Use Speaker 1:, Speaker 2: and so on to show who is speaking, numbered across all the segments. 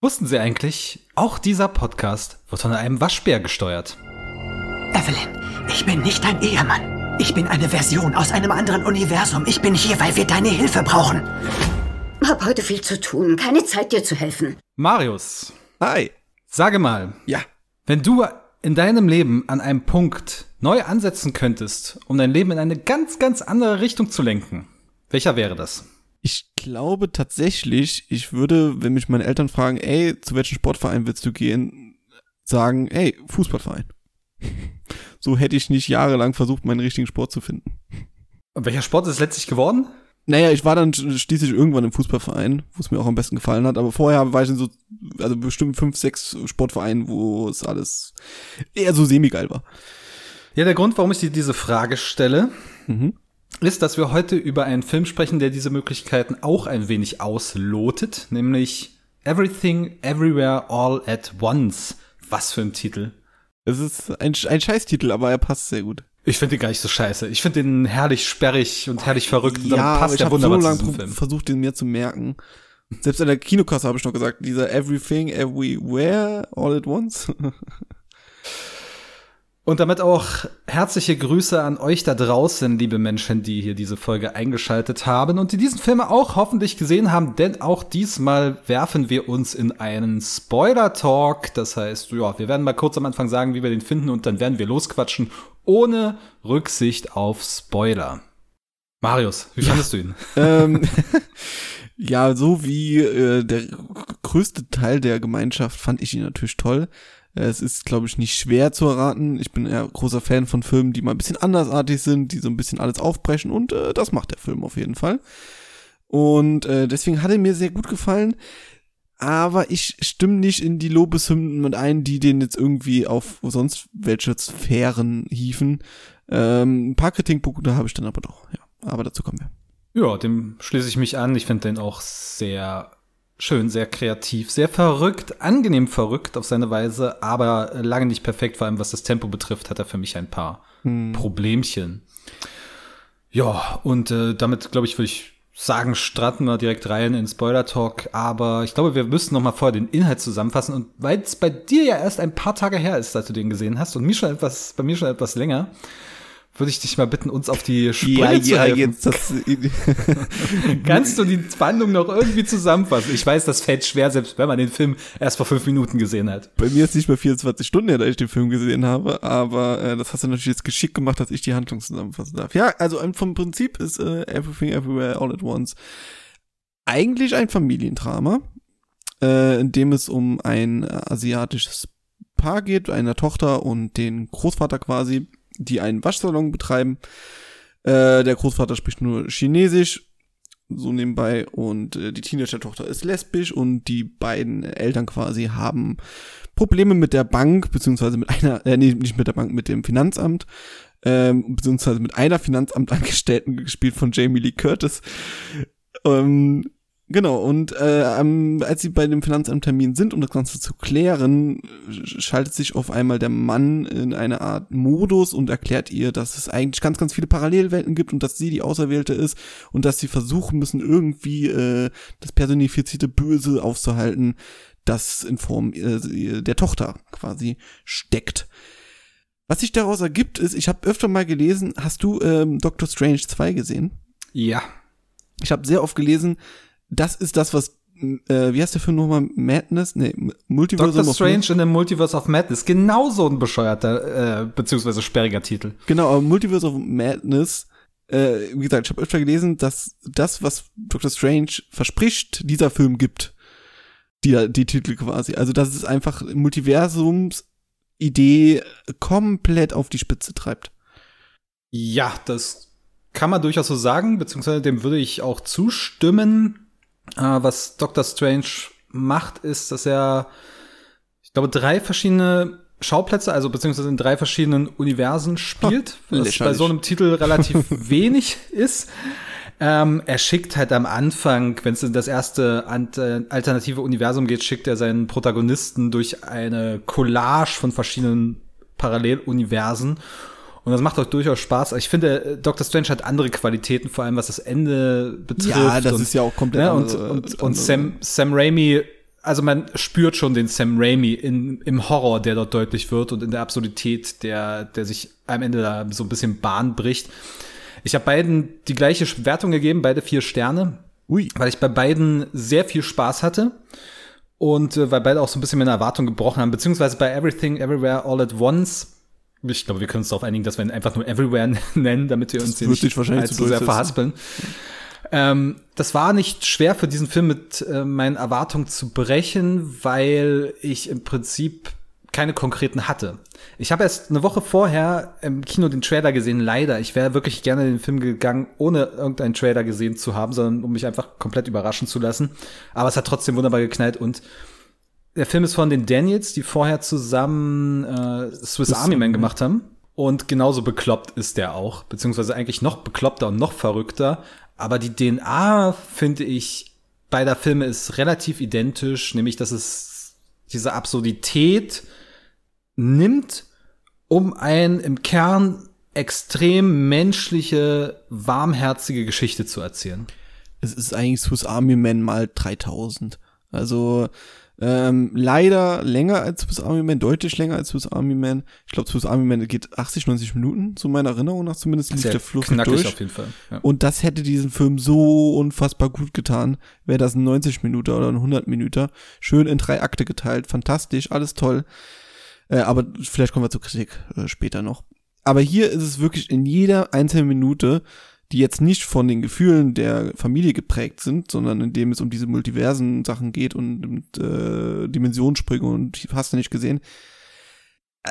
Speaker 1: Wussten Sie eigentlich, auch dieser Podcast wird von einem Waschbär gesteuert.
Speaker 2: Evelyn, ich bin nicht dein Ehemann. Ich bin eine Version aus einem anderen Universum. Ich bin hier, weil wir deine Hilfe brauchen.
Speaker 3: Hab heute viel zu tun. Keine Zeit, dir zu helfen.
Speaker 1: Marius,
Speaker 4: Hi.
Speaker 1: sage mal,
Speaker 4: Ja.
Speaker 1: wenn du in deinem Leben an einem Punkt neu ansetzen könntest, um dein Leben in eine ganz, ganz andere Richtung zu lenken, welcher wäre das?
Speaker 4: Ich glaube tatsächlich, ich würde, wenn mich meine Eltern fragen, ey, zu welchem Sportverein willst du gehen, sagen, ey, Fußballverein. So hätte ich nicht jahrelang versucht, meinen richtigen Sport zu finden.
Speaker 1: Und welcher Sport ist es letztlich geworden?
Speaker 4: Naja, ich war dann sch- schließlich irgendwann im Fußballverein, wo es mir auch am besten gefallen hat, aber vorher war ich in so, also bestimmt fünf, sechs Sportvereinen, wo es alles eher so semi-geil war.
Speaker 1: Ja, der Grund, warum ich dir diese Frage stelle, ist, dass wir heute über einen Film sprechen, der diese Möglichkeiten auch ein wenig auslotet, nämlich Everything, Everywhere, All at Once. Was für ein Titel.
Speaker 4: Es ist ein, ein Scheißtitel, aber er passt sehr gut.
Speaker 1: Ich finde den gar nicht so scheiße. Ich finde den herrlich sperrig und herrlich verrückt. Und damit
Speaker 4: aber
Speaker 1: passt
Speaker 4: ich
Speaker 1: der
Speaker 4: habe so
Speaker 1: wunderbar
Speaker 4: lange
Speaker 1: zu diesem
Speaker 4: pro-
Speaker 1: Film.
Speaker 4: versucht, den mir zu merken. Selbst an der Kinokasse habe ich noch gesagt, dieser Everything, Everywhere, All at Once.
Speaker 1: Und damit auch herzliche Grüße an euch da draußen, liebe Menschen, die hier diese Folge eingeschaltet haben und die diesen Film auch hoffentlich gesehen haben, denn auch diesmal werfen wir uns in einen Spoiler-Talk. Das heißt, ja, wir werden mal kurz am Anfang sagen, wie wir den finden und dann werden wir losquatschen, ohne Rücksicht auf Spoiler. Marius, wie fandest du ihn?
Speaker 4: ähm, ja, so wie äh, der größte Teil der Gemeinschaft fand ich ihn natürlich toll. Äh, Es ist, glaube ich, nicht schwer zu erraten. Ich bin eher großer Fan von Filmen, die mal ein bisschen andersartig sind, die so ein bisschen alles aufbrechen und äh, das macht der Film auf jeden Fall. Und äh, deswegen hat er mir sehr gut gefallen. Aber ich stimme nicht in die Lobeshymnen mit ein, die den jetzt irgendwie auf sonst welche Sphären hiefen. Ähm, ein paar Kritikpunkte habe ich dann aber doch, ja. Aber dazu kommen wir.
Speaker 1: Ja, dem schließe ich mich an. Ich finde den auch sehr schön, sehr kreativ, sehr verrückt, angenehm verrückt auf seine Weise, aber lange nicht perfekt. Vor allem was das Tempo betrifft, hat er für mich ein paar Problemchen. Ja, und äh, damit, glaube ich, würde ich sagen, starten wir direkt rein in Spoiler-Talk. Aber ich glaube, wir müssen noch mal vorher den Inhalt zusammenfassen. Und weil es bei dir ja erst ein paar Tage her ist, dass du den gesehen hast und mir schon etwas, bei mir schon etwas länger, würde ich dich mal bitten, uns auf die Sprünge zu helfen.
Speaker 4: das.
Speaker 1: Kannst du die Handlung noch irgendwie zusammenfassen? Ich weiß, das fällt schwer, selbst wenn man den Film erst vor fünf Minuten gesehen hat.
Speaker 4: bei mir ist nicht mehr 24 Stunden her, da ich den Film gesehen habe, aber äh, das hast du natürlich jetzt geschickt gemacht, dass ich die Handlung zusammenfassen darf. Ja, also ähm, vom Prinzip ist äh, Everything Everywhere All at Once eigentlich ein Familiendrama, äh, in dem es um ein asiatisches Paar geht, einer Tochter und den Großvater quasi, die einen Waschsalon betreiben. Äh, der Großvater spricht nur Chinesisch so nebenbei und äh, die Teenager-Tochter ist lesbisch und die beiden Eltern quasi haben Probleme mit der Bank, beziehungsweise mit einer, äh, nee, nicht mit der Bank, mit dem Finanzamt, ähm, beziehungsweise mit einer Finanzamtangestellten, gespielt von Jamie Lee Curtis. Ähm, genau, und äh, am- als sie bei dem Finanzamttermin sind, um das Ganze zu klären, sch- schaltet sich auf einmal der Mann in eine Art Modus und erklärt ihr, dass es eigentlich ganz, ganz viele Parallelwelten gibt und dass sie die Auserwählte ist und dass sie versuchen müssen, irgendwie äh, das personifizierte Böse aufzuhalten, das in Form äh, der Tochter quasi steckt. Was sich daraus ergibt, ist, ich habe öfter mal gelesen, hast du ähm, Doctor Strange 2 gesehen?
Speaker 1: Ja.
Speaker 4: Ich habe sehr oft gelesen, das ist das, was, m, äh, wie heißt der Film nochmal? Madness? Nee, M- Multiversum
Speaker 1: Doctor
Speaker 4: of
Speaker 1: Strange in the Multiverse of Madness. Genau so ein bescheuerter, äh, beziehungsweise sperriger Titel.
Speaker 4: Genau, aber Multiverse of Madness, äh, wie gesagt, ich habe öfter gelesen, dass das, was Doctor Strange verspricht, dieser Film gibt. Die, die Titel quasi. Also, dass es einfach Multiversums Idee komplett auf die Spitze treibt.
Speaker 1: Ja, das kann man durchaus so sagen, beziehungsweise dem würde ich auch zustimmen. Äh, was Doctor Strange macht, ist, dass er, ich glaube, drei verschiedene Schauplätze, also beziehungsweise in drei verschiedenen Universen spielt, was bei
Speaker 4: lächerlich.
Speaker 1: so einem Titel relativ wenig ist. Ähm, er schickt halt am Anfang, wenn es in das erste ant- äh, alternative Universum geht, schickt er seinen Protagonisten durch eine Collage von verschiedenen Paralleluniversen. Und das macht auch durchaus Spaß. Ich finde, äh, Doctor Strange hat andere Qualitäten, vor allem was das Ende betrifft.
Speaker 4: Ja, das
Speaker 1: und,
Speaker 4: ist ja auch komplett
Speaker 1: ne, und,
Speaker 4: andere-
Speaker 1: und, und
Speaker 4: andere-
Speaker 1: Sam, Sam Raimi also man spürt schon den Sam Raimi in, im Horror, der dort deutlich wird und in der Absurdität, der, der sich am Ende da so ein bisschen Bahn bricht. Ich habe beiden die gleiche Wertung gegeben, beide vier Sterne,
Speaker 4: Ui.
Speaker 1: weil ich bei beiden sehr viel Spaß hatte und äh, weil beide auch so ein bisschen meine Erwartungen gebrochen haben, beziehungsweise bei Everything Everywhere All at Once. Ich glaube, wir können uns darauf einigen, dass wir ihn einfach nur Everywhere nennen, damit wir uns hier nicht
Speaker 4: wird dich wahrscheinlich
Speaker 1: allzu
Speaker 4: zu
Speaker 1: sehr
Speaker 4: durchsetzen.
Speaker 1: verhaspeln. Ähm, das war nicht schwer für diesen Film mit äh, meinen Erwartungen zu brechen, weil ich im Prinzip keine konkreten hatte. Ich habe erst eine Woche vorher im Kino den Trailer gesehen, leider. Ich wäre wirklich gerne in den Film gegangen, ohne irgendeinen Trailer gesehen zu haben, sondern um mich einfach komplett überraschen zu lassen. Aber es hat trotzdem wunderbar geknallt und der Film ist von den Daniels, die vorher zusammen äh, Swiss Army Man gemacht haben. Und genauso bekloppt ist der auch, beziehungsweise eigentlich noch bekloppter und noch verrückter. Aber die DNA, finde ich, beider Filme ist relativ identisch, nämlich dass es diese Absurdität nimmt, um ein im Kern extrem menschliche, warmherzige Geschichte zu erzählen.
Speaker 4: es ist eigentlich Swiss Army Man mal 3000. Also ähm, leider länger als Swiss Army Man, deutlich länger als Swiss Army Man. Ich glaube, Swiss Army Man geht 80, 90 Minuten, zu meiner Erinnerung nach zumindest, lief
Speaker 1: Sehr
Speaker 4: der Fluss
Speaker 1: knackig
Speaker 4: durch.
Speaker 1: auf jeden Fall. Ja.
Speaker 4: Und das hätte diesen Film so unfassbar gut getan. Wäre das ein 90 Minuten oder ein 100 Minuten. Schön in drei Akte geteilt. Fantastisch, alles toll. Äh, aber vielleicht kommen wir zur Kritik äh, später noch. Aber hier ist es wirklich in jeder einzelnen Minute, die jetzt nicht von den Gefühlen der Familie geprägt sind, sondern in dem es um diese multiversen Sachen geht und, und äh, Dimensionssprünge und hast du nicht gesehen.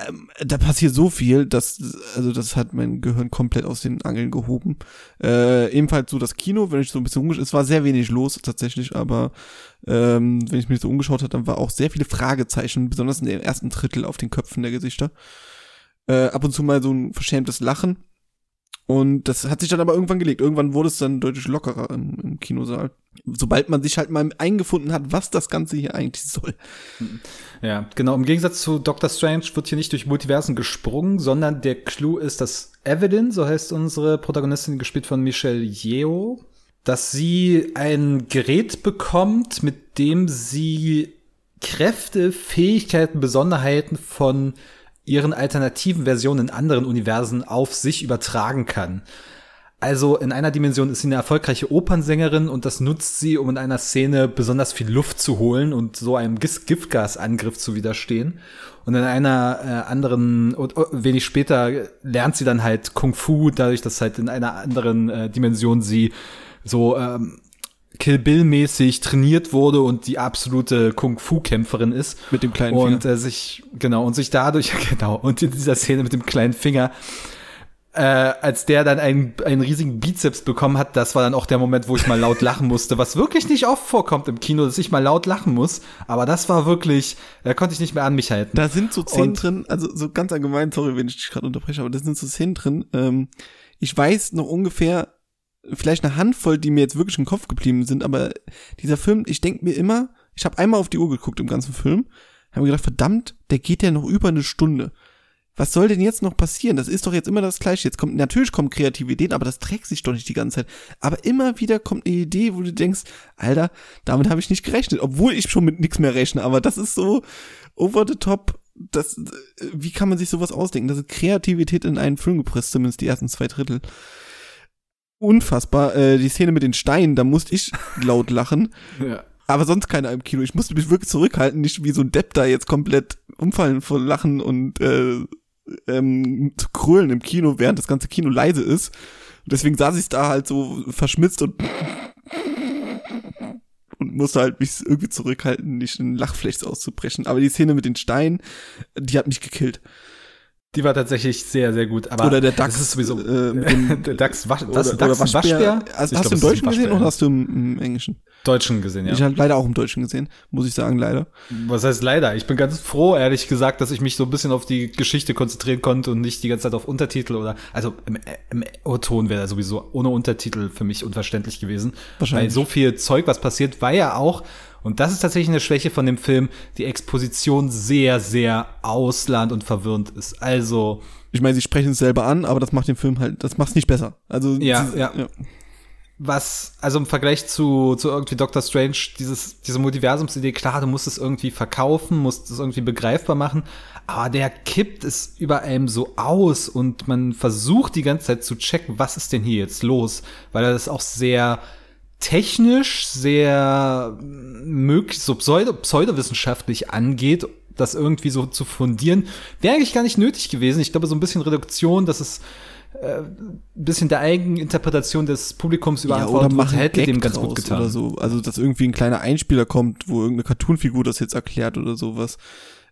Speaker 4: Ähm, da passiert so viel, dass also das hat mein Gehirn komplett aus den Angeln gehoben. Äh, ebenfalls so das Kino, wenn ich so ein bisschen umgeschaut, es war sehr wenig los tatsächlich, aber ähm, wenn ich mich so umgeschaut habe, dann war auch sehr viele Fragezeichen, besonders in dem ersten Drittel auf den Köpfen der Gesichter. Äh, ab und zu mal so ein verschämtes Lachen. Und das hat sich dann aber irgendwann gelegt. Irgendwann wurde es dann deutlich lockerer im, im Kinosaal. Sobald man sich halt mal eingefunden hat, was das Ganze hier eigentlich soll.
Speaker 1: Ja, genau. Im Gegensatz zu Doctor Strange wird hier nicht durch Multiversen gesprungen, sondern der Clou ist, dass Evelyn, so heißt unsere Protagonistin, gespielt von Michelle Yeoh, dass sie ein Gerät bekommt, mit dem sie Kräfte, Fähigkeiten, Besonderheiten von ihren alternativen Versionen in anderen Universen auf sich übertragen kann. Also in einer Dimension ist sie eine erfolgreiche Opernsängerin und das nutzt sie, um in einer Szene besonders viel Luft zu holen und so einem Gis- Giftgasangriff zu widerstehen. Und in einer äh, anderen, und, oh, wenig später äh, lernt sie dann halt Kung Fu, dadurch, dass halt in einer anderen äh, Dimension sie so ähm, Kill Bill-mäßig trainiert wurde und die absolute Kung Fu-Kämpferin ist.
Speaker 4: Mit dem kleinen
Speaker 1: und, Finger. Äh, sich, genau, und sich dadurch, genau, und in dieser Szene mit dem kleinen Finger äh, als der dann einen, einen riesigen Bizeps bekommen hat, das war dann auch der Moment, wo ich mal laut lachen musste, was wirklich nicht oft vorkommt im Kino, dass ich mal laut lachen muss. Aber das war wirklich, da konnte ich nicht mehr an mich halten.
Speaker 4: Da sind so Szenen
Speaker 1: Und-
Speaker 4: drin, also so ganz allgemein, sorry, wenn ich dich gerade unterbreche, aber da sind so Szenen drin. Ähm, ich weiß noch ungefähr, vielleicht eine Handvoll, die mir jetzt wirklich im Kopf geblieben sind, aber dieser Film, ich denk mir immer, ich habe einmal auf die Uhr geguckt im ganzen Film, habe mir gedacht, verdammt, der geht ja noch über eine Stunde. Was soll denn jetzt noch passieren? Das ist doch jetzt immer das Gleiche. Jetzt kommt, natürlich kommen kreative Ideen, aber das trägt sich doch nicht die ganze Zeit. Aber immer wieder kommt eine Idee, wo du denkst, Alter, damit habe ich nicht gerechnet, obwohl ich schon mit nichts mehr rechne, aber das ist so over the top. Das, äh, wie kann man sich sowas ausdenken? Das ist Kreativität in einen Film gepresst, zumindest die ersten zwei Drittel. Unfassbar. Äh, die Szene mit den Steinen, da musste ich laut lachen.
Speaker 1: Ja.
Speaker 4: Aber sonst keiner im Kino. Ich musste mich wirklich zurückhalten, nicht wie so ein Depp da jetzt komplett umfallen vor Lachen und äh, ähm, zu krölen im Kino, während das ganze Kino leise ist. Und deswegen saß ich da halt so verschmitzt und und musste halt mich irgendwie zurückhalten, nicht in Lachflechts auszubrechen. Aber die Szene mit den Steinen, die hat mich gekillt.
Speaker 1: Die war tatsächlich sehr, sehr gut. Aber
Speaker 4: Oder der Dachs,
Speaker 1: Das ist sowieso,
Speaker 4: äh, mit dem-
Speaker 1: der Dachs, was, was, Dachs ein Waschbär?
Speaker 4: Hast,
Speaker 1: Ich glaub,
Speaker 4: hast du
Speaker 1: es ist
Speaker 4: im
Speaker 1: ein
Speaker 4: Deutschen gesehen
Speaker 1: Waschbär,
Speaker 4: oder
Speaker 1: ja.
Speaker 4: hast du im, im Englischen?
Speaker 1: Deutschen gesehen, ja.
Speaker 4: Ich habe leider auch im Deutschen gesehen, muss ich sagen, leider.
Speaker 1: Was heißt leider? Ich bin ganz froh, ehrlich gesagt, dass ich mich so ein bisschen auf die Geschichte konzentrieren konnte und nicht die ganze Zeit auf Untertitel oder, also im, im O-Ton wäre sowieso ohne Untertitel für mich unverständlich gewesen.
Speaker 4: Wahrscheinlich.
Speaker 1: Weil so viel Zeug, was passiert, war ja auch, und das ist tatsächlich eine Schwäche von dem Film, die Exposition sehr, sehr ausland und verwirrend ist. Also,
Speaker 4: Ich meine, sie sprechen es selber an, aber das macht den Film halt, das macht's nicht besser. Also
Speaker 1: Ja,
Speaker 4: sie-
Speaker 1: ja. was, also im Vergleich zu, zu irgendwie Doctor Strange, dieses, diese Multiversumsidee, klar, du musst es irgendwie verkaufen, musst es irgendwie begreifbar machen, aber der kippt es über einem so aus und man versucht die ganze Zeit zu checken, was ist denn hier jetzt los, weil er das auch sehr technisch, sehr mm, möglich, so pseudo, pseudowissenschaftlich angeht, das irgendwie so zu fundieren, wäre eigentlich gar nicht nötig gewesen. Ich glaube, so ein bisschen Reduktion, dass es ein bisschen der eigenen Interpretation des Publikums überantwortet ja,
Speaker 4: einen
Speaker 1: hätte
Speaker 4: Gag
Speaker 1: dem ganz
Speaker 4: draus
Speaker 1: gut getan.
Speaker 4: Oder so. Also, dass irgendwie ein kleiner Einspieler kommt, wo irgendeine Cartoon-Figur das jetzt erklärt oder sowas.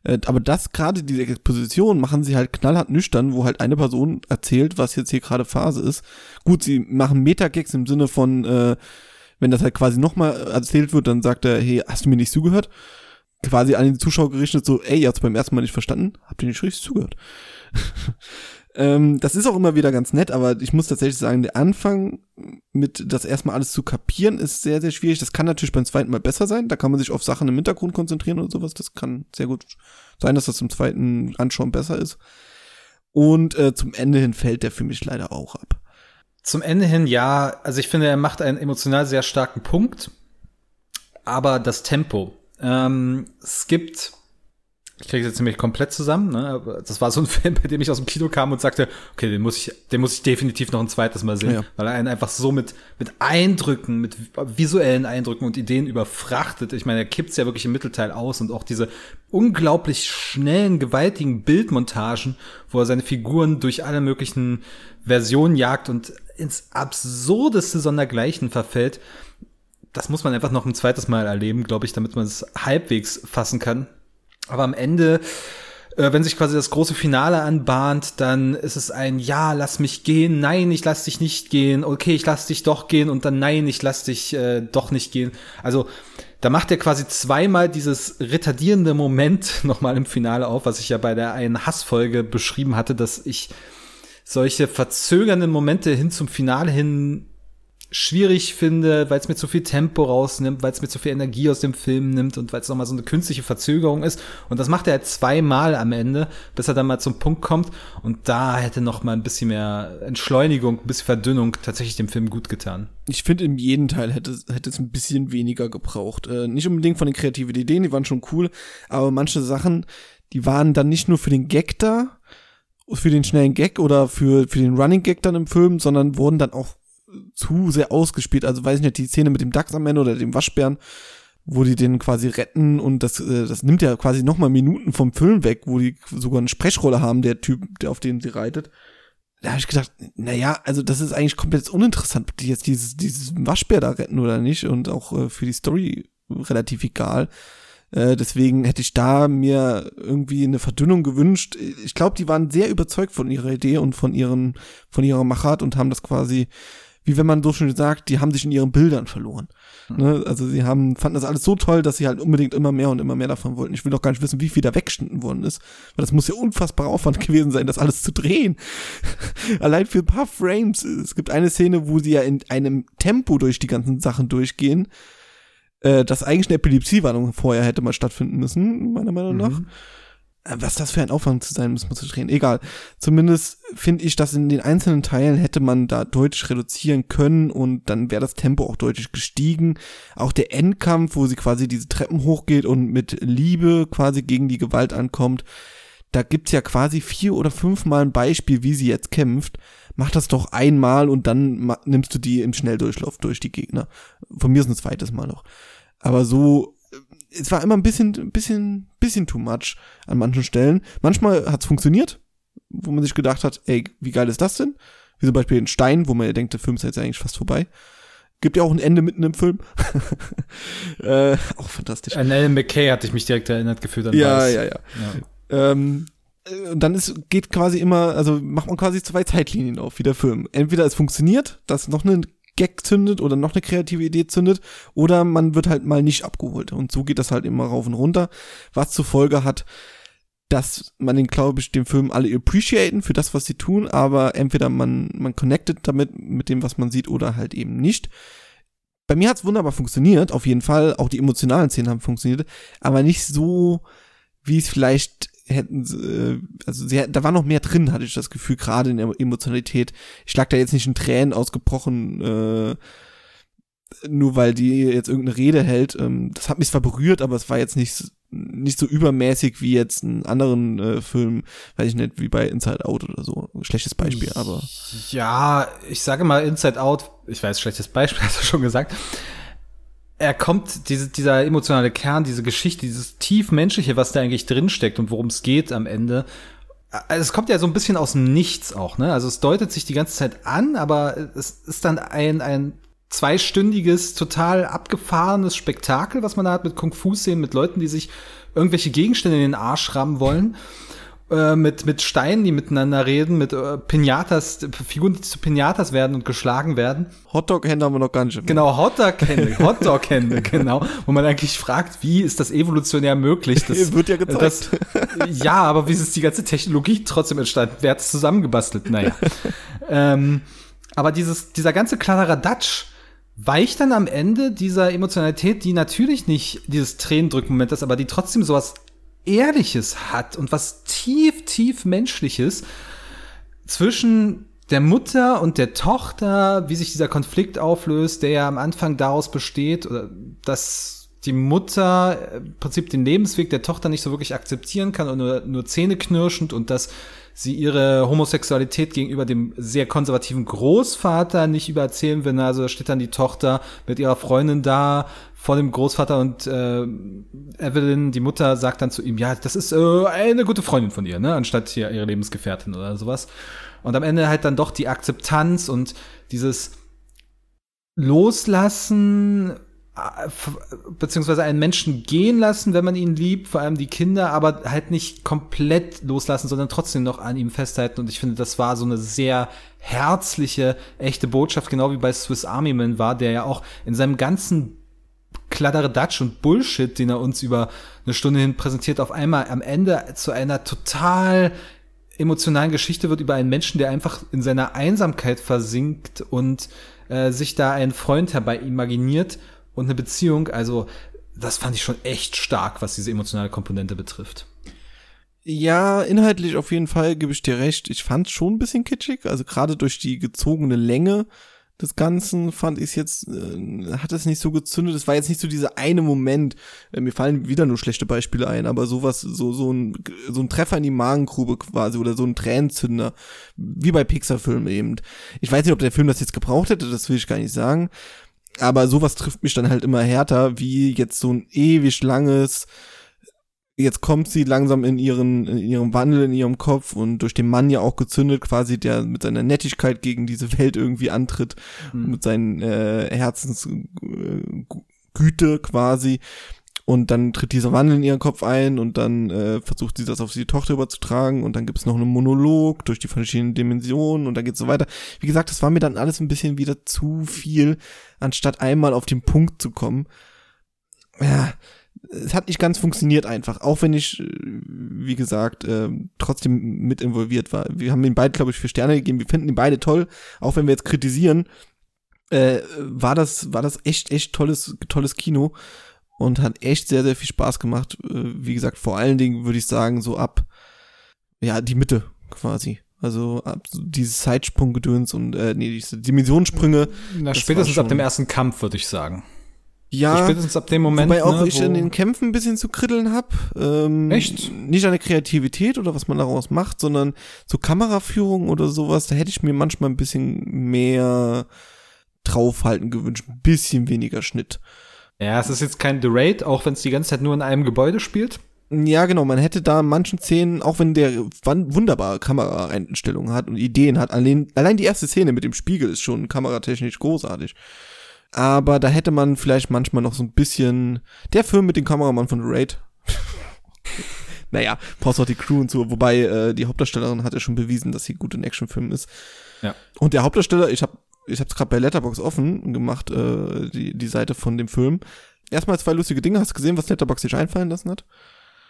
Speaker 4: Äh, Aber das gerade, diese Exposition, machen sie halt knallhart nüchtern, wo halt eine Person erzählt, was jetzt hier gerade Phase ist. Gut, sie machen Metagags im Sinne von, äh, wenn das halt quasi nochmal erzählt wird, dann sagt er, hey, hast du mir nicht zugehört? Quasi an den Zuschauer gerichtet, so, ey, ihr habt's beim ersten Mal nicht verstanden, habt ihr nicht richtig zugehört? Ähm, das ist auch immer wieder ganz nett, aber ich muss tatsächlich sagen, der Anfang mit das erstmal alles zu kapieren ist sehr, sehr schwierig. Das kann natürlich beim zweiten Mal besser sein. Da kann man sich auf Sachen im Hintergrund konzentrieren und sowas. Das kann sehr gut sein, dass das zum zweiten Anschauen besser ist. Und äh, zum Ende hin fällt der für mich leider auch ab.
Speaker 1: Zum Ende hin, ja, also ich finde, er macht einen emotional sehr starken Punkt, aber das Tempo. Ähm, es gibt, ich kriege es jetzt nämlich komplett zusammen, ne? aber das war so ein Film, bei dem ich aus dem Kino kam und sagte, okay, den muss ich, den muss ich definitiv noch ein zweites Mal sehen,
Speaker 4: Ja.
Speaker 1: weil er einen einfach so mit, mit Eindrücken, mit visuellen Eindrücken und Ideen überfrachtet. Ich meine, er kippt ja wirklich im Mittelteil aus und auch diese unglaublich schnellen, gewaltigen Bildmontagen, wo er seine Figuren durch alle möglichen Versionen jagt und ins absurdeste Sondergleichen verfällt. Das muss man einfach noch ein zweites Mal erleben, glaube ich, damit man es halbwegs fassen kann. Aber am Ende äh, wenn sich quasi das große Finale anbahnt, dann ist es ein Ja, lass mich gehen, nein, ich lass dich nicht gehen, okay, ich lass dich doch gehen und dann nein, ich lass dich äh, doch nicht gehen. Also da macht er quasi zweimal dieses retardierende Moment nochmal im Finale auf, was ich ja bei der einen Hassfolge beschrieben hatte, dass ich solche verzögernden Momente hin zum Finale hin schwierig finde, weil es mir zu viel Tempo rausnimmt, weil es mir zu viel Energie aus dem Film nimmt und weil es nochmal so eine künstliche Verzögerung ist. Und das macht er halt zweimal am Ende, bis er dann mal zum Punkt kommt. Und da hätte noch mal ein bisschen mehr Entschleunigung, ein bisschen Verdünnung tatsächlich dem Film gut getan.
Speaker 4: Ich finde, in jedem Teil hätte, es- hätte es ein bisschen weniger gebraucht. Äh, nicht unbedingt von den kreativen Ideen, die waren schon cool, aber manche Sachen, die waren dann nicht nur für den Gag da, für den schnellen Gag oder für, für den Running Gag dann im Film, sondern wurden dann auch zu sehr ausgespielt. Also weiß ich nicht, die Szene mit dem Dachs am Ende oder dem Waschbären, wo die den quasi retten und das, äh, das nimmt ja quasi nochmal Minuten vom Film weg, wo die sogar eine Sprechrolle haben, der Typ, der auf dem sie reitet da habe ich gedacht, naja, also das ist eigentlich komplett uninteressant, ob die jetzt dieses, dieses Waschbär da retten oder nicht und auch äh, für die Story relativ egal. Äh, deswegen hätte ich da mir irgendwie eine Verdünnung gewünscht. Ich glaube, die waren sehr überzeugt von ihrer Idee und von ihren, von ihrer Machart und haben das quasi, wie wenn man so schön sagt, die haben sich in ihren Bildern verloren. Ne? Also sie haben, fanden das alles so toll, dass sie halt unbedingt immer mehr und immer mehr davon wollten. Ich will doch gar nicht wissen, wie viel da weggeschnitten worden ist. Weil das muss ja unfassbarer Aufwand gewesen sein, das alles zu drehen. Allein für ein paar Frames. Es gibt eine Szene, wo sie ja in einem Tempo durch die ganzen Sachen durchgehen, äh, dass eigentlich eine Epilepsiewarnung vorher hätte mal stattfinden müssen, meiner Meinung nach. Äh, Was das für ein Aufwand zu sein muss, muss zu drehen. Egal. Zumindest finde ich, dass in den einzelnen Teilen hätte man da deutlich reduzieren können und dann wäre das Tempo auch deutlich gestiegen. Auch der Endkampf, wo sie quasi diese Treppen hochgeht und mit Liebe quasi gegen die Gewalt ankommt, da gibt's ja quasi vier oder fünfmal ein Beispiel, wie sie jetzt kämpft. Mach das doch einmal und dann ma- nimmst du die im Schnelldurchlauf durch die Gegner. Von mir ist ein zweites Mal noch. Aber so, äh, es war immer ein bisschen, ein bisschen, bisschen too much an manchen Stellen. Manchmal hat's funktioniert, wo man sich gedacht hat, ey, wie geil ist das denn? Wie zum Beispiel in Stein, wo man ja denkt, der Film ist jetzt eigentlich fast vorbei. Gibt ja auch ein Ende mitten im Film. äh, auch fantastisch.
Speaker 1: An Alan McKay hatte ich mich direkt erinnert gefühlt an
Speaker 4: Ja,
Speaker 1: Weiß.
Speaker 4: ja, ja. Ähm, äh, und dann ist, geht quasi immer, also macht man quasi zwei Zeitlinien auf, wie der Film. Entweder es funktioniert, dass noch eine Gag zündet oder noch eine kreative Idee zündet, oder man wird halt mal nicht abgeholt. Und so geht das halt immer rauf und runter, was zur Folge hat, dass man den, glaube ich, den Film alle appreciaten für das, was sie tun, aber entweder man, man connectet damit, mit dem, was man sieht, oder halt eben nicht. Bei mir hat's wunderbar funktioniert, auf jeden Fall. Auch die emotionalen Szenen haben funktioniert, aber nicht so, wie es vielleicht hätten, sie, äh, also sie, da war noch mehr drin, hatte ich das Gefühl, gerade in der Emotionalität. Ich lag da jetzt nicht in Tränen ausgebrochen äh, nur weil die jetzt irgendeine Rede hält, ähm, das hat mich zwar berührt, aber es war jetzt nicht, s- nicht so übermäßig wie jetzt einen anderen äh, Film, weiß ich nicht, wie bei Inside Out oder so. Ein schlechtes Beispiel, aber.
Speaker 1: Ja, ich sage mal Inside Out, ich weiß, schlechtes Beispiel, hast du schon gesagt. Er kommt, diese, dieser emotionale Kern, diese Geschichte, dieses tief menschliche, was da eigentlich drinsteckt und worum es geht am Ende. Also es kommt ja so ein bisschen aus dem Nichts auch, ne? Also es deutet sich die ganze Zeit an, aber es ist dann ein, ein zweistündiges, total abgefahrenes Spektakel, was man da hat mit Kung-Fu-Szenen, mit Leuten, die sich irgendwelche Gegenstände in den Arsch rammen wollen äh, mit, mit Steinen, die miteinander reden, mit äh, Pinatas, äh, Figuren, die zu Pinatas werden und geschlagen werden.
Speaker 4: Hotdog-Hände haben wir noch gar nicht.
Speaker 1: Genau, Hotdog-Hände, Hotdog-Hände, genau. Wo man eigentlich fragt, wie ist das evolutionär möglich? Das
Speaker 4: Wird ja gezeigt.
Speaker 1: Das, ja, aber wie ist die ganze Technologie trotzdem entstanden? Wer hat es zusammengebastelt? Naja. ähm, aber dieses, dieser ganze Kladderadatsch weicht dann am Ende dieser Emotionalität, die natürlich nicht dieses Tränendrücken-Moment ist, aber die trotzdem sowas Ehrliches hat und was tief, tief Menschliches zwischen der Mutter und der Tochter, wie sich dieser Konflikt auflöst, der ja am Anfang daraus besteht, oder dass die Mutter äh, im Prinzip den Lebensweg der Tochter nicht so wirklich akzeptieren kann und nur, nur zähneknirschend und dass sie ihre Homosexualität gegenüber dem sehr konservativen Großvater nicht übererzählen will. Also da steht dann die Tochter mit ihrer Freundin da vor dem Großvater und äh, Evelyn, die Mutter, sagt dann zu ihm, ja, das ist äh, eine gute Freundin von ihr, ne? anstatt hier ihre Lebensgefährtin oder sowas. Und am Ende halt dann doch die Akzeptanz und dieses Loslassen, äh, f- beziehungsweise einen Menschen gehen lassen, wenn man ihn liebt, vor allem die Kinder, aber halt nicht komplett loslassen, sondern trotzdem noch an ihm festhalten. Und ich finde, das war so eine sehr herzliche, echte Botschaft, genau wie bei Swiss Army Man war, der ja auch in seinem ganzen Kladderadatsch und Bullshit, den er uns über eine Stunde hin präsentiert, auf einmal am Ende zu einer total emotionalen Geschichte wird über einen Menschen, der einfach in seiner Einsamkeit versinkt und äh, sich da einen Freund herbei imaginiert und eine Beziehung. Also das fand ich schon echt stark, was diese emotionale Komponente betrifft.
Speaker 4: Ja, inhaltlich auf jeden Fall gebe ich dir recht. Ich fand schon ein bisschen kitschig. Also gerade durch die gezogene Länge des Ganzen fand ich jetzt, äh, hat es nicht so gezündet. Es war jetzt nicht so dieser eine Moment. Äh, mir fallen wieder nur schlechte Beispiele ein, aber sowas, so, so ein, so ein Treffer in die Magengrube quasi oder so ein Tränenzünder. Wie bei Pixar-Filmen eben. Ich weiß nicht, ob der Film das jetzt gebraucht hätte, das will ich gar nicht sagen. Aber sowas trifft mich dann halt immer härter, wie jetzt so ein ewig langes, jetzt kommt sie langsam in ihren in ihrem Wandel in ihrem Kopf und durch den Mann ja auch gezündet quasi der mit seiner Nettigkeit gegen diese Welt irgendwie antritt und mit seinen äh, Herzensgüte quasi und dann tritt dieser Wandel in ihren Kopf ein und dann äh, versucht sie das auf die Tochter überzutragen und dann gibt es noch einen Monolog durch die verschiedenen Dimensionen und dann geht's so weiter. Wie gesagt, das war mir dann alles ein bisschen wieder zu viel, anstatt einmal auf den Punkt zu kommen. Ja, es hat nicht ganz funktioniert einfach, auch wenn ich, äh, wie gesagt, äh, trotzdem mit involviert war. Wir haben ihn beide, glaube ich, vier Sterne gegeben. Wir finden ihn beide toll, auch wenn wir jetzt kritisieren. Äh, war das, war das echt, echt tolles, tolles Kino und hat echt sehr, sehr viel Spaß gemacht. Äh, wie gesagt, vor allen Dingen würde ich sagen, so ab, ja, die Mitte quasi. Also ab so dieses Zeitsprunggedöns und äh, nee, diese Dimensionssprünge.
Speaker 1: Na,
Speaker 4: Das
Speaker 1: spätestens
Speaker 4: war schon-
Speaker 1: ab dem ersten Kampf, würde ich sagen.
Speaker 4: Ja.
Speaker 1: spätestens ab dem Moment.
Speaker 4: Wobei auch
Speaker 1: ne,
Speaker 4: ich
Speaker 1: wo-
Speaker 4: in den Kämpfen ein bisschen zu kritteln hab. Ähm,
Speaker 1: Echt?
Speaker 4: Nicht an der Kreativität oder was man daraus macht, sondern so Kameraführung oder sowas, da hätte ich mir manchmal ein bisschen mehr draufhalten gewünscht, ein bisschen weniger Schnitt.
Speaker 1: ja, es ist jetzt kein The Raid, auch wenn es die ganze Zeit nur in einem Gebäude spielt.
Speaker 4: Ja, genau, man hätte da in manchen Szenen, auch wenn der wan- wunderbare Kameraeinstellungen hat und Ideen hat, allein, allein die erste Szene mit dem Spiegel ist schon kameratechnisch großartig. Aber da hätte man vielleicht manchmal noch so ein bisschen, der Film mit dem Kameramann von The Raid. naja, brauchst auch die Crew und so, wobei äh, die Hauptdarstellerin hat ja schon bewiesen, dass sie gut in Actionfilmen ist.
Speaker 1: Ja.
Speaker 4: Und der Hauptdarsteller, ich habe ich hab's gerade bei Letterbox offen gemacht, äh, die, die Seite von dem Film. Erstmal zwei lustige Dinge. Hast du gesehen, was Letterbox sich einfallen lassen hat?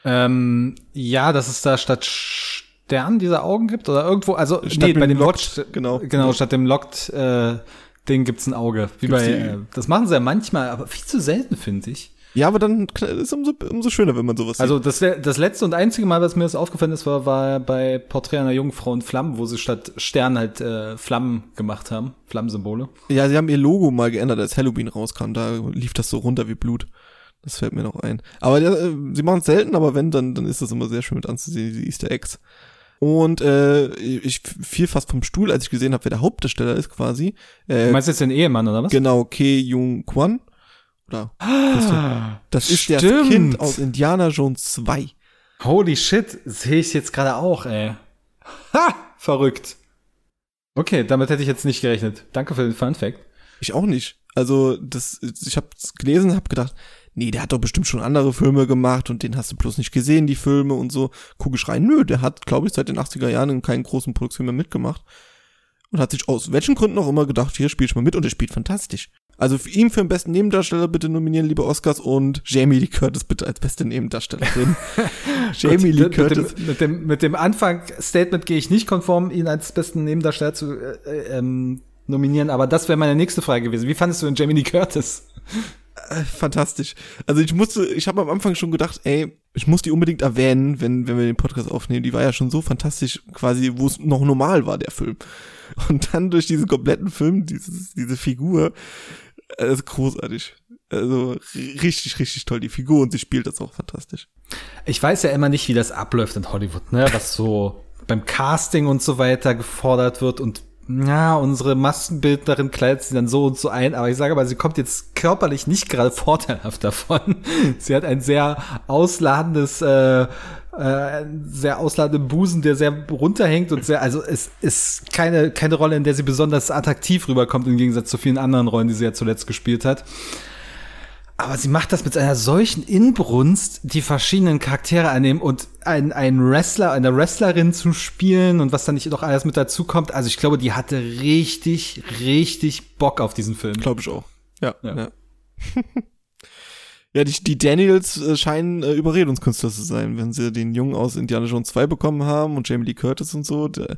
Speaker 1: Ähm, ja, dass es da statt Stern diese Augen gibt oder irgendwo, also nee,
Speaker 4: dem
Speaker 1: bei dem
Speaker 4: Locked,
Speaker 1: Locked,
Speaker 4: genau.
Speaker 1: genau, statt dem Locked äh, Ding gibt's ein Auge, wie
Speaker 4: Gibt's
Speaker 1: bei
Speaker 4: die-
Speaker 1: äh, das machen sie ja manchmal, aber viel zu selten finde ich.
Speaker 4: Ja, aber dann kn- ist es umso, umso schöner, wenn man sowas
Speaker 1: Also das, le- das letzte und einzige Mal, was mir das aufgefallen ist, war, war bei Porträt einer jungen Frau in Flammen, wo sie statt Stern halt äh, Flammen gemacht haben, Flammensymbole.
Speaker 4: sieht. Ja, sie haben ihr Logo mal geändert, als Halloween rauskam. Da lief das so runter wie Blut. Das fällt mir noch ein. Aber äh, sie machen es selten, aber wenn, dann, dann ist das immer sehr schön mit anzusehen, die Easter Eggs. Und äh, ich fiel fast vom Stuhl, als ich gesehen habe, wer der Hauptdarsteller ist quasi.
Speaker 1: Du
Speaker 4: Äh,
Speaker 1: meinst jetzt den Ehemann oder was?
Speaker 4: Genau, Ke Jung Kwan. Oder Christo- das ist das
Speaker 1: Ah, stimmt.
Speaker 4: Kind aus Indiana Jones 2.
Speaker 1: Holy shit, sehe ich jetzt gerade auch, ey. Ha! Verrückt. Okay, damit hätte ich jetzt nicht gerechnet. Danke für den Fun Fact.
Speaker 4: Ich auch nicht. Also, das, ich habe gelesen und habe gedacht, nee, der hat doch bestimmt schon andere Filme gemacht und den hast du bloß nicht gesehen, die Filme und so. Guck ich rein, nö, der hat, glaube ich, seit den 80er Jahren in keinen großen Produktionen mehr mitgemacht. Und hat sich aus welchen Gründen auch immer gedacht, hier spiel ich mal mit und er spielt fantastisch. Also für ihn für den besten Nebendarsteller bitte nominieren, liebe Oscars, und Jamie Lee Curtis bitte als beste Nebendarstellerin. Jamie Lee
Speaker 1: Gut, mit,
Speaker 4: Curtis.
Speaker 1: mit, dem, mit, dem, mit dem Anfang-Statement gehe ich nicht konform, ihn als besten Nebendarsteller zu äh, ähm, nominieren, aber das wäre meine nächste Frage gewesen. Wie fandest du denn Jamie Lee Curtis?
Speaker 4: fantastisch. Also ich musste, ich habe am Anfang schon gedacht, ey, ich muss die unbedingt erwähnen, wenn, wenn wir den Podcast aufnehmen. Die war ja schon so fantastisch, quasi, wo es noch normal war, der Film. Und dann durch diesen kompletten Film, dieses, diese Figur, äh, ist großartig. Also ri- richtig, richtig toll, die Figur und sie spielt das auch fantastisch.
Speaker 1: Ich weiß ja immer nicht, wie das abläuft in Hollywood, ne? Was so beim Casting und so weiter gefordert wird und na, unsere Maskenbildnerin kleidet sie dann so und so ein, aber ich sage mal, sie kommt jetzt körperlich nicht gerade vorteilhaft davon. Sie hat ein sehr ausladendes, äh, äh, einen sehr ausladenden Busen, der sehr runterhängt und sehr, also es ist keine, keine Rolle, in der sie besonders attraktiv rüberkommt, im Gegensatz zu vielen anderen Rollen, die sie ja zuletzt gespielt hat. Aber sie macht das mit einer solchen Inbrunst, die verschiedenen Charaktere annehmen und einen, einen Wrestler, eine Wrestlerin zu spielen und was dann nicht noch alles mit dazukommt. Also ich glaube, die hatte richtig, richtig Bock auf diesen Film.
Speaker 4: Glaube ich auch. Ja.
Speaker 1: Ja.
Speaker 4: Ja, ja die, die Daniels äh, scheinen äh, Überredungskünstler zu sein, wenn sie den Jungen aus Indiana Jones 2 bekommen haben und Jamie Lee Curtis und so. Der,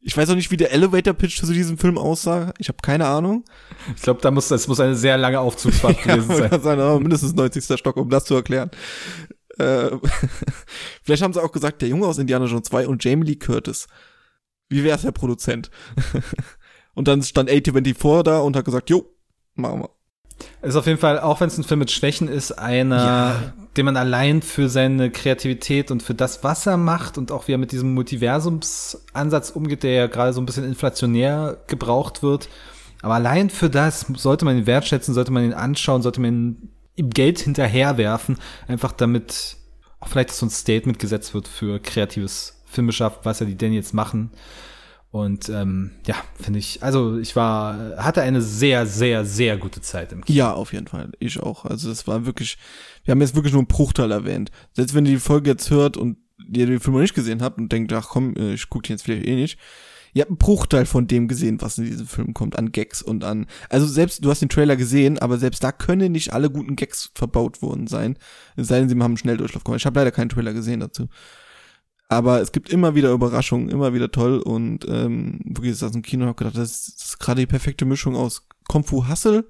Speaker 4: ich weiß auch nicht, wie der Elevator-Pitch zu diesem Film aussah. Ich habe keine Ahnung.
Speaker 1: Ich glaube, da muss, das muss eine sehr lange Aufzugsfahrt gewesen
Speaker 4: Kann
Speaker 1: sein.
Speaker 4: sein, aber mindestens 90. Stock, um das zu erklären. Äh, vielleicht haben sie auch gesagt, der Junge aus Indiana Jones 2 und Jamie Lee Curtis. Wie wär's, Herr Produzent? und dann stand A24 da und hat gesagt, jo, machen wir.
Speaker 1: Ist auf jeden Fall, auch wenn es ein Film mit Schwächen ist, einer, den man allein für seine Kreativität und für das, was er macht und auch wie er mit diesem Multiversumsansatz umgeht, der ja gerade so ein bisschen inflationär gebraucht wird. Aber allein für das sollte man ihn wertschätzen, sollte man ihn anschauen, sollte man ihn ihm Geld hinterherwerfen, einfach damit auch vielleicht so ein Statement gesetzt wird für kreatives Filmeschaffen, was ja die Daniels machen. Und ähm, ja, finde ich, also ich war, hatte eine sehr, sehr, sehr gute Zeit im Kino.
Speaker 4: Ja, auf jeden Fall. Ich auch. Also das war wirklich, wir haben jetzt wirklich nur einen Bruchteil erwähnt. Selbst wenn ihr die Folge jetzt hört und ihr den Film noch nicht gesehen habt und denkt, ach komm, äh, ich gucke den jetzt vielleicht eh nicht. Ihr habt einen Bruchteil von dem gesehen, was in diesem Film kommt, an Gags und an. Also selbst, du hast den Trailer gesehen, aber selbst da können nicht alle guten Gags verbaut worden sein. Es sei denn, sie haben einen Schnelldurchlauf gemacht. Ich habe leider keinen Trailer gesehen dazu. Aber es gibt immer wieder Überraschungen, immer wieder toll und ähm, wirklich ist das im Kino und hab gedacht, das ist, das ist gerade die perfekte Mischung aus Kung Fu Hustle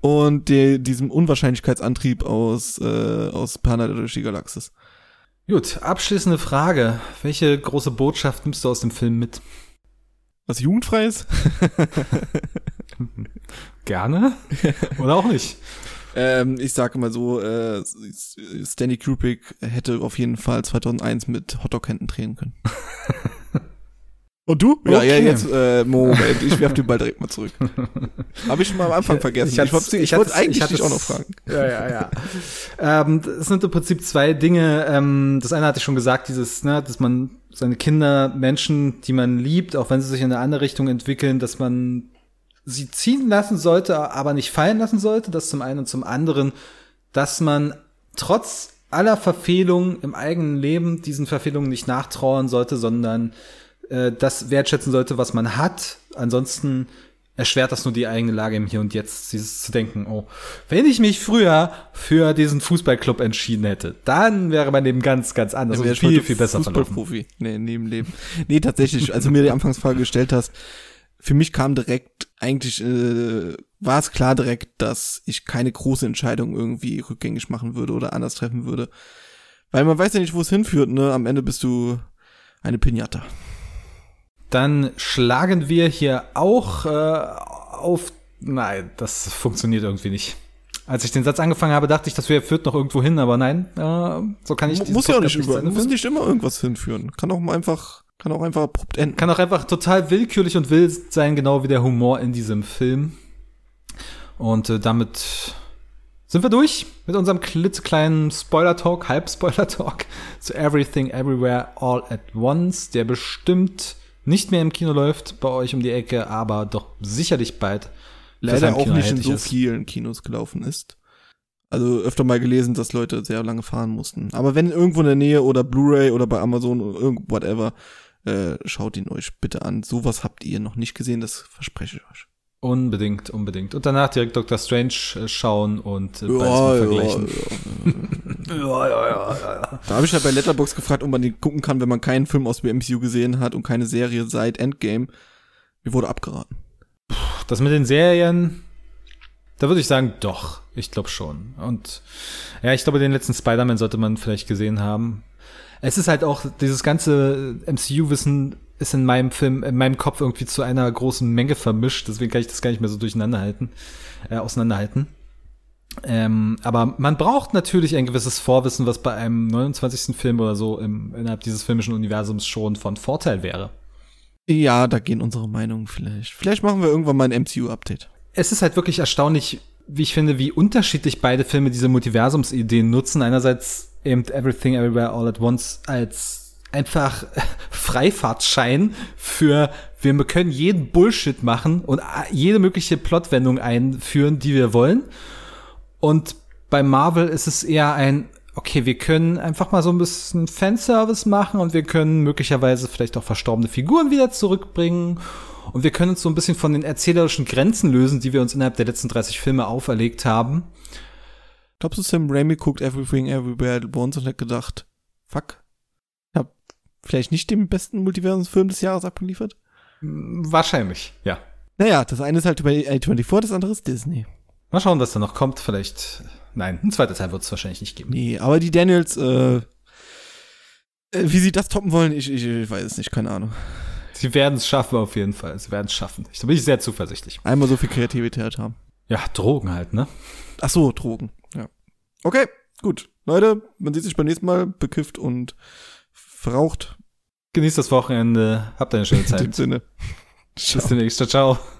Speaker 4: und die, diesem Unwahrscheinlichkeitsantrieb aus, äh, aus Panada durch die Galaxis.
Speaker 1: Gut, abschließende Frage. Welche große Botschaft nimmst du aus dem Film mit?
Speaker 4: Was jugendfrei ist?
Speaker 1: Gerne? Oder auch nicht?
Speaker 4: ähm, ich sage mal so, äh, Stanley Kubrick hätte auf jeden Fall 2001 mit Hotdog-Händen drehen können. Und du? Ja, ja,
Speaker 1: Okay.
Speaker 4: jetzt, äh, Moment, ich werf den Ball direkt mal zurück. Habe ich schon mal am Anfang vergessen.
Speaker 1: Ich,
Speaker 4: wollte- ich wollte eigentlich dich auch noch fragen.
Speaker 1: Ja, ja, ja. ähm, es sind im Prinzip zwei Dinge. Ähm, das eine hatte ich schon gesagt, dieses, ne, dass man seine Kinder, Menschen, die man liebt, auch wenn sie sich in eine andere Richtung entwickeln, dass man sie ziehen lassen sollte, aber nicht fallen lassen sollte. Das zum einen und zum anderen, dass man trotz aller Verfehlungen im eigenen Leben diesen Verfehlungen nicht nachtrauern sollte, sondern äh, das wertschätzen sollte, was man hat. Ansonsten erschwert das nur die eigene Lage im Hier und Jetzt, dieses zu denken, oh, wenn ich mich früher für diesen Fußballclub entschieden hätte, dann wäre mein Leben ganz, ganz anders
Speaker 4: Wär
Speaker 1: und
Speaker 4: Also ich heute
Speaker 1: viel, viel besser verlaufen.
Speaker 4: Fußballprofi. Nee, neben Leben. Nee, tatsächlich, als du mir die Anfangsfrage gestellt hast, für mich kam direkt, eigentlich äh, war es klar direkt, dass ich keine große Entscheidung irgendwie rückgängig machen würde oder anders treffen würde. Weil man weiß ja nicht, wo es hinführt, ne? Am Ende bist du eine Pinata.
Speaker 1: Dann schlagen wir hier auch äh, auf. Nein, das funktioniert irgendwie nicht. Als ich den Satz angefangen habe, dachte ich, das wär- führt noch irgendwo hin, aber nein, äh, so kann ich diesen
Speaker 4: muss ja auch
Speaker 1: Podcast
Speaker 4: nicht,
Speaker 1: zu
Speaker 4: über,
Speaker 1: Ende
Speaker 4: muss
Speaker 1: führen.
Speaker 4: nicht immer irgendwas hinführen. Kann auch mal einfach, kann auch einfach abrupt enden.
Speaker 1: Kann auch einfach total willkürlich und wild sein, genau wie der Humor in diesem Film. Und äh, damit sind wir durch mit unserem klitzekleinen Spoiler-Talk, Halb-Spoiler-Talk zu Everything Everywhere All at Once, der bestimmt nicht mehr im Kino läuft bei euch um die Ecke, aber doch sicherlich bald. für
Speaker 4: leider
Speaker 1: sein
Speaker 4: auch
Speaker 1: Kino
Speaker 4: nicht in
Speaker 1: erhältlich
Speaker 4: so
Speaker 1: ist.
Speaker 4: vielen Kinos gelaufen ist. Also öfter mal gelesen, dass Leute sehr lange fahren mussten. Aber wenn irgendwo in der Nähe oder Blu-ray oder bei Amazon oder irgend whatever, äh, schaut ihn euch bitte an. Sowas habt ihr noch nicht gesehen, das verspreche ich euch.
Speaker 1: Unbedingt, unbedingt. Und danach direkt Dr. Strange äh, schauen und äh, beides
Speaker 4: Ja,
Speaker 1: mal
Speaker 4: ja,
Speaker 1: vergleichen.
Speaker 4: Da habe ich halt bei Letterbox gefragt, ob man den gucken kann, wenn man keinen Film aus dem MCU gesehen hat und keine Serie seit Endgame. Mir wurde abgeraten.
Speaker 1: Das mit den Serien, da würde ich sagen, doch. Ich glaube schon. Und ja, ich glaube, den letzten Spider-Man sollte man vielleicht gesehen haben. Es ist halt auch, dieses ganze MCU-Wissen ist in meinem Film, in meinem Kopf irgendwie zu einer großen Menge vermischt. Deswegen kann ich das gar nicht mehr so durcheinander halten, äh, auseinanderhalten. Ähm, aber man braucht natürlich ein gewisses Vorwissen, was bei einem 29. Film oder so im, innerhalb dieses filmischen Universums schon von Vorteil wäre.
Speaker 4: Ja, da gehen unsere Meinungen vielleicht. Vielleicht machen wir irgendwann mal ein MCU-Update.
Speaker 1: es ist halt wirklich erstaunlich, wie ich finde, wie unterschiedlich beide Filme diese Multiversumsideen nutzen. Einerseits eben Everything Everywhere All at Once als einfach Freifahrtschein für wir können jeden Bullshit machen und jede mögliche Plotwendung einführen, die wir wollen. Und bei Marvel ist es eher ein, okay, wir können einfach mal so ein bisschen Fanservice machen und wir können möglicherweise vielleicht auch verstorbene Figuren wieder zurückbringen. Und wir können uns so ein bisschen von den erzählerischen Grenzen lösen, die wir uns innerhalb der letzten 30 Filme auferlegt haben.
Speaker 4: Glaubst du, Sam Raimi guckt Everything Everywhere at Once und hat gedacht, fuck, ich hab vielleicht nicht den besten Multiversumsfilm des Jahres abgeliefert?
Speaker 1: Wahrscheinlich, ja.
Speaker 4: Naja, das eine ist halt bei A24, das andere ist Disney.
Speaker 1: Mal schauen, was da noch kommt. Vielleicht, nein, ein zweiter Teil wird es wahrscheinlich nicht geben.
Speaker 4: Nee, aber die Daniels, äh, äh, wie sie das toppen wollen, ich, ich, ich weiß es nicht, keine Ahnung.
Speaker 1: Sie werden es schaffen, auf jeden Fall. Sie werden es schaffen. Ich da bin ich sehr zuversichtlich.
Speaker 4: Einmal so viel Kreativität haben.
Speaker 1: Ja, Drogen halt, ne?
Speaker 4: Ach so, Drogen. Ja. Okay, gut. Leute, man sieht sich beim nächsten Mal bekifft und verraucht.
Speaker 1: Genießt das Wochenende. Habt eine schöne
Speaker 4: In dem
Speaker 1: Zeit.
Speaker 4: Sinne.
Speaker 1: Bis demnächst. Ciao, ciao.